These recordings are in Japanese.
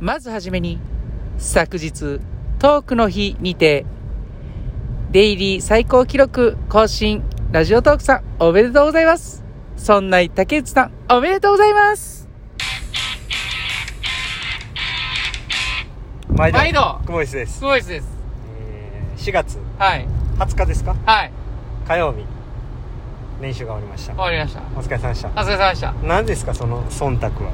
まずはじめに、昨日、トークの日にて、デイリー最高記録更新、ラジオトークさん、おめでとうございます。そんな竹内さん、おめでとうございます。毎度毎度久保井です、ごいです。えー4月はい。 20日ですかはい。火曜日練習が終わりましたわりました。お疲れ様でしたお疲れ様でした。何ですかその忖度は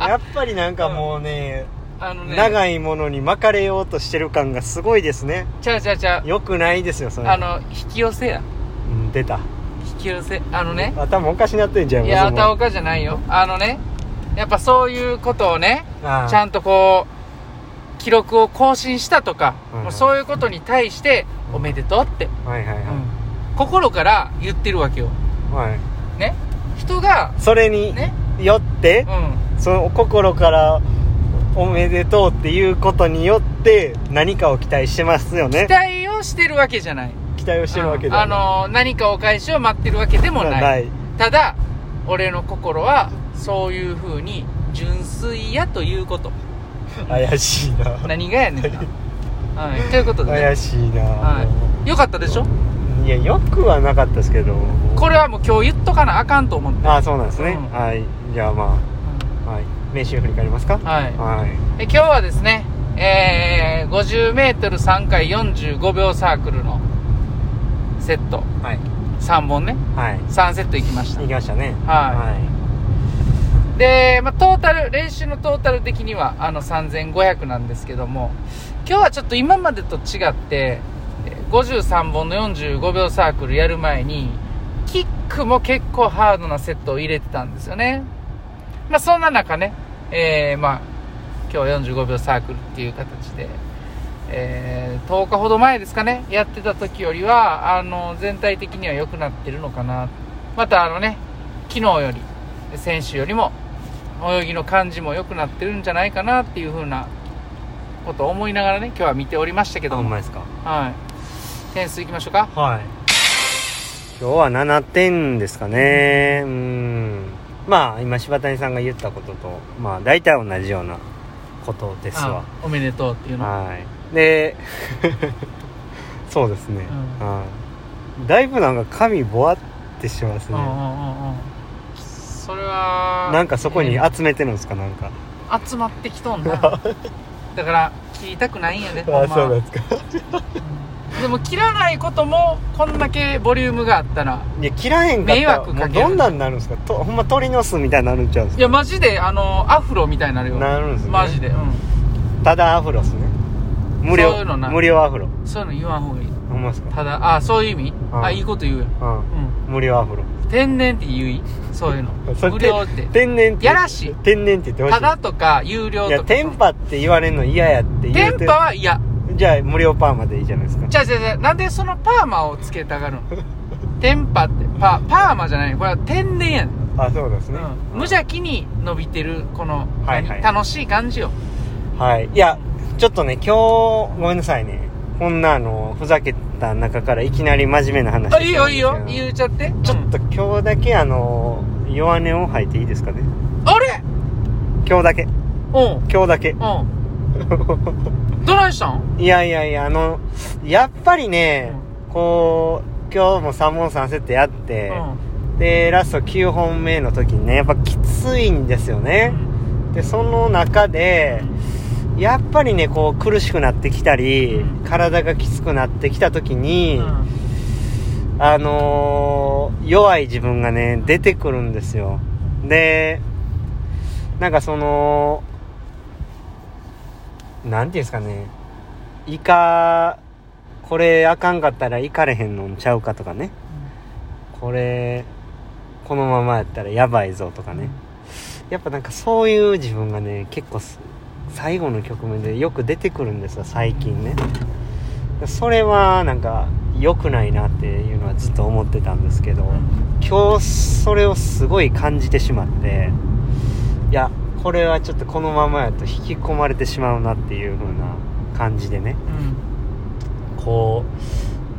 やっぱりなんかもうねあのね、い。長いものに巻かれようとしてる感がすごいですねちゃうちゃうちゃう。よくないですよそれあの、引き寄せや。うん出た引き寄せ。あのね、頭おかしなってんじゃんいや、あたおちかじゃないよ。あのね、やっぱそういうことをね、ちゃゃんんとこう、記録を更新したとか、うんうんもうそういうことに対して、おめでとうって、はいはいはい、心から言ってるわけよ。はいね。人が、それにね、よってう、ん。その心からおめでとうっていうことによって何かを期待してますよね期待をしてるわけじゃない。期待をしてるわけうんではあないの、何かお返しを待ってるわけでもない。ないただ、俺の心は、そういう風に、純粋やということ。怪しいな何がやねん な。はい。ということで、ね怪、しいな、はいよかったでしょい、やよくはなかったですけどこれはもう今日言っとかなあかんと思って。ああそうなんですね、うんはいじゃあまあ、はい、名刺振り返りますかはい。はいえ今日はですね、えー、50m3 回45秒サークルのセットはい3本ねはい3セットいきまし行きましたねたははいで、まあ、トータル練習のトータル的にはあの3500なんですけども今日はちょっと今までと違ってえー53本の45秒サークルやる前にキックも結構ハードなセットを入れてたんですよねまあそんな中ねえー、まあ今日45秒サークルっていう形で、えー10日ほど前ですかねやってた時よりはあの全体的には良くなってるのかなまたあのね昨日より選手よりも泳ぎの感じも良くなってるんじゃないかなっていう風なことを思いながらね今日は見ておりましたけあどほんもまですかはい点数いきましょうかはい今日は7点ですかねうんまあ今柴谷さんが言ったこととまあ大体同じようなことですあわおめでとうっていうのははいで そうですね、うんはいだいぶなんか髪ボワってしてますうんうんねうんうんそれはなんかそこにえー集めてるんですかなんか集まってきとんな だから切りたくないんやで、ほんまはですかでも切らないこともこんだけボリュームがあったら いや切らへんかったら迷惑かけるもうどんなんなるんですかとほんま鳥の巣みたいになるんちゃうんですいかやマジであのアフロみたいになるよなるんですねマジでうんただアフロっすね無料そういうのな無料アフロそういうの言わん方がいいほんまですかただあそういう意味うんあいいこと言うやん、うんう無料アフロん、天然って言ういそういうのそれ無料って天然ってやらしい天然って言ってほしたいだとか有料いとやかテンパって言われるの嫌やってテ言うンてパは嫌じゃあ無料パーマでいいじゃないですかじゃあじゃあじゃあなんでそのパーマをつけたがるのテンパってパパーマじゃないこれは天然やんあそうですね、うん無邪気に伸びてるこの、はいはい何楽しい感じよはい。いや、ちょっとね、今日、ごめんなさいね。こんなあの、ふざけた中からいきなり真面目な話あいいよいいよち言うちゃってちょょっと今日だけあの、弱音を吐いていいですかね。あれ今日だけ。うんうん今日だけ。どないしたんいやいやいや、あの、やっぱりね、こう、今日も3本3セットやって、で、ラスト9本目の時にね、やっぱきついんですよね。で、その中で、やっぱりね、こう苦しくなってきたりうん、体がきつくなってきた時うに、んうんあのー弱い自分がね、出てくるんですよ。で、なんかその、なんていうんですかね、イカ、これあかんかったらいかれへんのんちゃうかとかね、これ、このままやったらやばいぞとかね。やっぱなんかそういう自分がね、結構す最後の局面でよく出てくるんですよ、最近ね。それはなんか良くないなっていうのはずっと思ってたんですけど、うん今日それをすごい感じてしまっていやこれはちょっとこのままやと引き込まれてしまうなっていう風な感じでねうんこ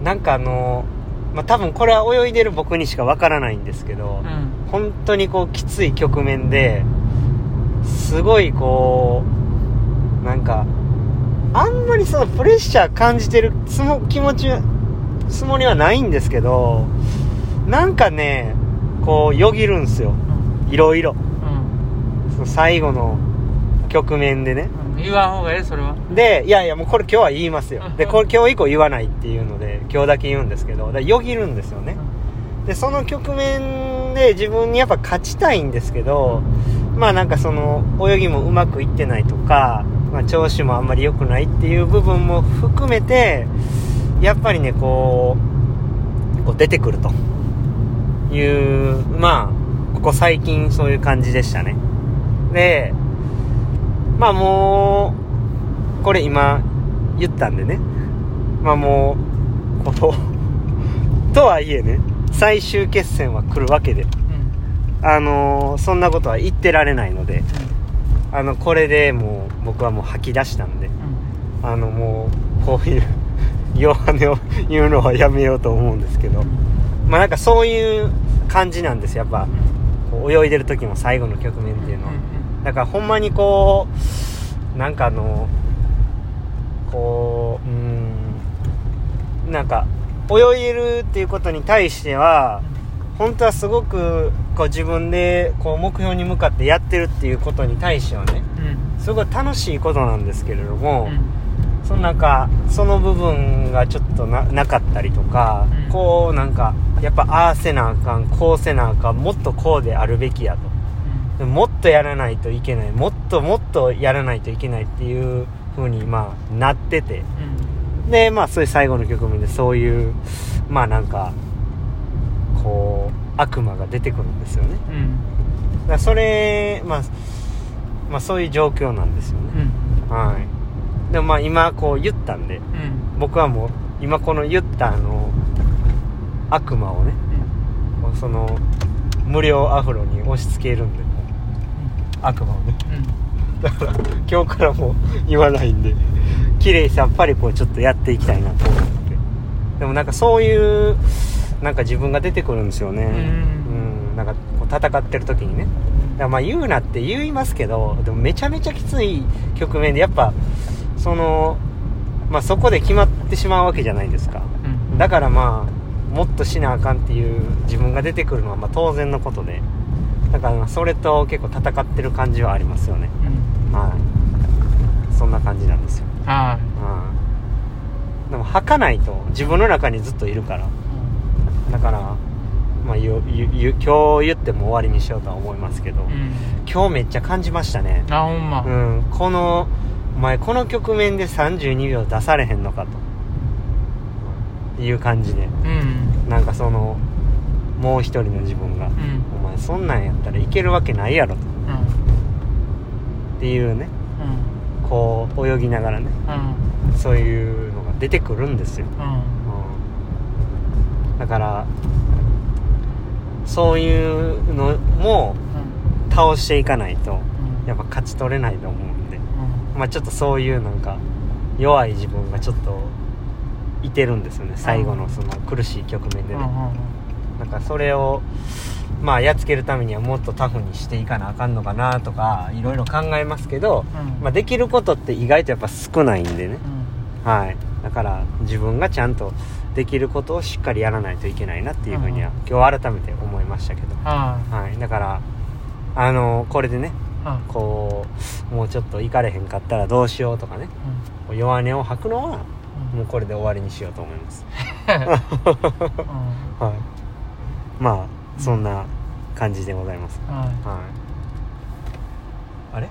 うなんかあのまあ多分これは泳いでる僕にしかわからないんですけど、うん本当にこうきつい局面ですごいこうなんかあんまりそのプレッシャー感じてるつも気持ちつもりはないんですけどなんかねこうよぎるんすようんいろいろうんその最後の局面でねうん言わん方がええそれはでいやいやもうこれ今日は言いますよでこれ今日以降言わないっていうので今日だけ言うんですけどだからよぎるんですよねでその局面で自分にやっぱ勝ちたいんですけどまあなんかその泳ぎもうまくいってないとか、まあ、調子もあんまり良くないっていう部分も含めてやっぱりねこうこう出てくるというまあここ最近そういう感じでしたねでまあもうこれ今言ったんでねまあもうこのとはいえね最終決戦は来るわけでうんうんあのーそんなことは言ってられないのであのこれでもう僕はもう吐き出したんであのもうこういう 弱音を言うのはやめようと思うんですけどまあなんかそういう感じなんですやっぱこう泳いでる時も最後の局面っていうのはだからほんまにこうなんかあのこううーんなんか泳いでるっていうことに対しては本当はすごくこう自分でこう目標に向かってやってるっていうことに対してはねうんうんすごい楽しいことなんですけれどうも、んそのなんかその部分がちょっとななかったりとか、うんこうなんかやっぱああせなあかんこうせなあかんもっとこうであるべきやとでもっとやらないといけないもっともっとやらないといけないっていう風にまあなっててでまあそういう最後の局面でそういうまあなんかこう悪魔が出てくるんですよねうんうんだからそれ、まあ、まあそういう状況なんですよねうんはいでもまあ今こう言ったんでうん僕はもう今この言ったあの悪魔をねもうその無料アフロに押し付けるんでもう悪魔をねうんだから今日からもう言わないんで綺麗さっぱりこうちょっとやっていきたいなと思ってでもなんかそういうなんか自分が出てくるんですよねうんうんなんかこう戦ってる時にねだからまあ言うなって言いますけどでもめちゃめちゃきつい局面でやっぱそのまあそこで決まってしまうわけじゃないですかうんだからまあもっとしなあかんっていう自分が出てくるのはまあ当然のことでだからまあそれと結構戦ってる感じはありますよねうんはいそんな感じなんですよ、はうん、でも吐かないと自分の中にずっといるからいだから、まあ、ゆゆゆ今日言っても終わりにしようとは思いますけど、うん今日めっちゃ感じましたねあほんまうんこのお前この局面で32秒出されへんのかという感じでうんなんかそのもう一人の自分がう「おん前そんなんやったらいけるわけないやろ」とうんっていうねうんこう泳ぎながらねうんそういうのが出てくるんですよ、うんうん、だからそういうのもうん倒していかないとうんやっぱ勝ち取れないと思うんでうんまあちょっとそういうなんか弱い自分がちょっといてるんですよね最後のその苦しい局面でうね、んうんなんかそれをまあやっつけるためにはもっとタフにしていかなあかんのかなとかいろいろ考えますけど、うんまあ、できることって意外とやっぱ少ないんでねうんはい、だから自分がちゃんとできることをしっかりやらないといけないなっていうふうには、うん今日改めて思いましたけど、ははい、だからあのこれでねいはこうもうちょっと行かれへんかったらどうしようとかねいうん弱音を吐くのはうんもうこれで終わりにしようと思います、うんはい、まあそんな感じでございます、はいはい、あれ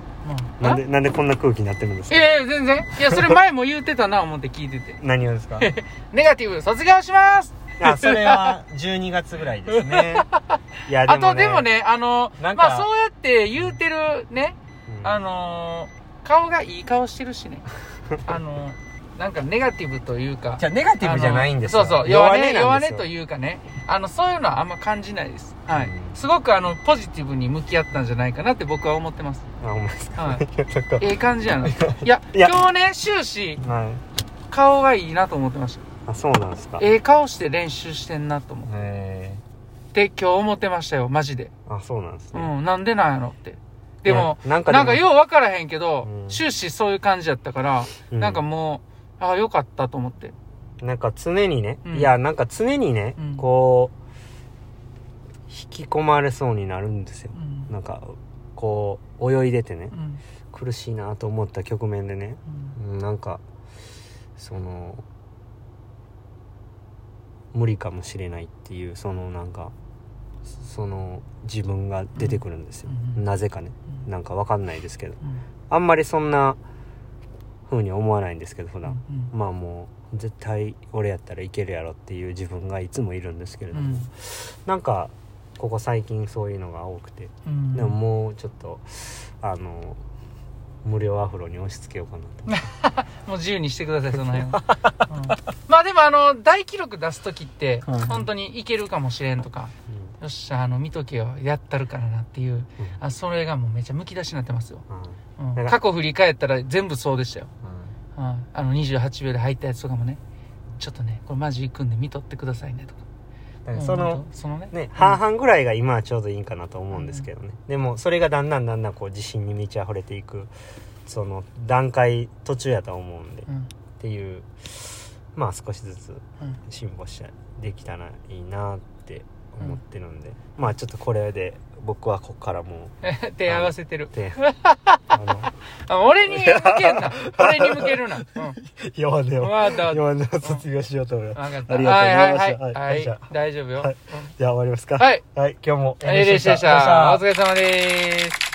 うんなんでなんでこんな空気になってるんですいかやいや全然いやそれ前も言うてたな思って聞いてて何をですかネガティブ卒業します あそれは12月ぐらいですね いやあとでもねあのなんかまあそうやって言うてるねうんあのー顔がいい顔してるしねあのーなんかネガティブというかじゃあネガティブじゃないんですよあのそうそう弱音なんですよ弱音というかねあのそういうのはあんま感じないですはい、うんすごくあのポジティブに向き合ったんじゃないかなって僕は思ってますあほんまですか、はいなんかええ感じやないや いや今日ね終始はい顔がいいなと思ってましたあそうなんですかええ顔して練習してんなと思っえて今日思ってましたよマジでー、あそうなんですうね、んなんでなんやろってでも、いやなんかでなもんかよう分からへんけど、うん終始そういう感じやったから、うんなんかもう、ああ、よかったと思って。なんか常にね、うんいや、なんか常にね、うんこう、引き込まれそうになるんですよう。ん。なんか、こう、泳いでてねう、ん苦しいなと思った局面でね、うんうんなんか、その、無理かもしれないっていう、そのなんか、その自分が出てくるんですよ。うんなぜかね。うんなんかわかんないですけど。うんあんまりそんな風に思わないんですけど、普段。うんまあもう絶対俺やったらいけるやろっていう自分がいつもいるんですけれども、なんかここ最近そういうのが多くて、うんでももうちょっとあの無料アフロに押し付けようかな ともう自由にしてください、その辺は。うんまあでもあの、大記録出すときって、はいはい本当にいけるかもしれんとか、よっしゃ、あの、見とけよ、やったるからなっていう、あ、それがもうめちゃむき出しになってますよ。うんううんんなん過か去振り返ったら全部そうでしたよ。うんうんあの、28秒で入ったやつとかもね、ちょっとね、これマジ行くんで見とってくださいねとか。だからうんそ本の、当そのね。ね、半々ぐらいが今はちょうどいいんかなと思うんですけどね、でもそれがだんだんだんだんこう自信に満ち溢れていくその段階途中やと思うんで、うん。っていうまあ少しずつうん進歩したできたらいいなって思ってるんで、まあちょっとこれで僕はここからもうん。 手合わせてるう。 手ああ俺に向けん な。俺に向けるな。うの弱音 ん。をわかったわかっ弱音を卒業しようと思いた。ますわかっあた。りがとうございましたはいはいははいいじはゃい。大丈夫よ。はいじゃあ終わりますかはい。はい、今日もはい、レイでした。お疲れ様です。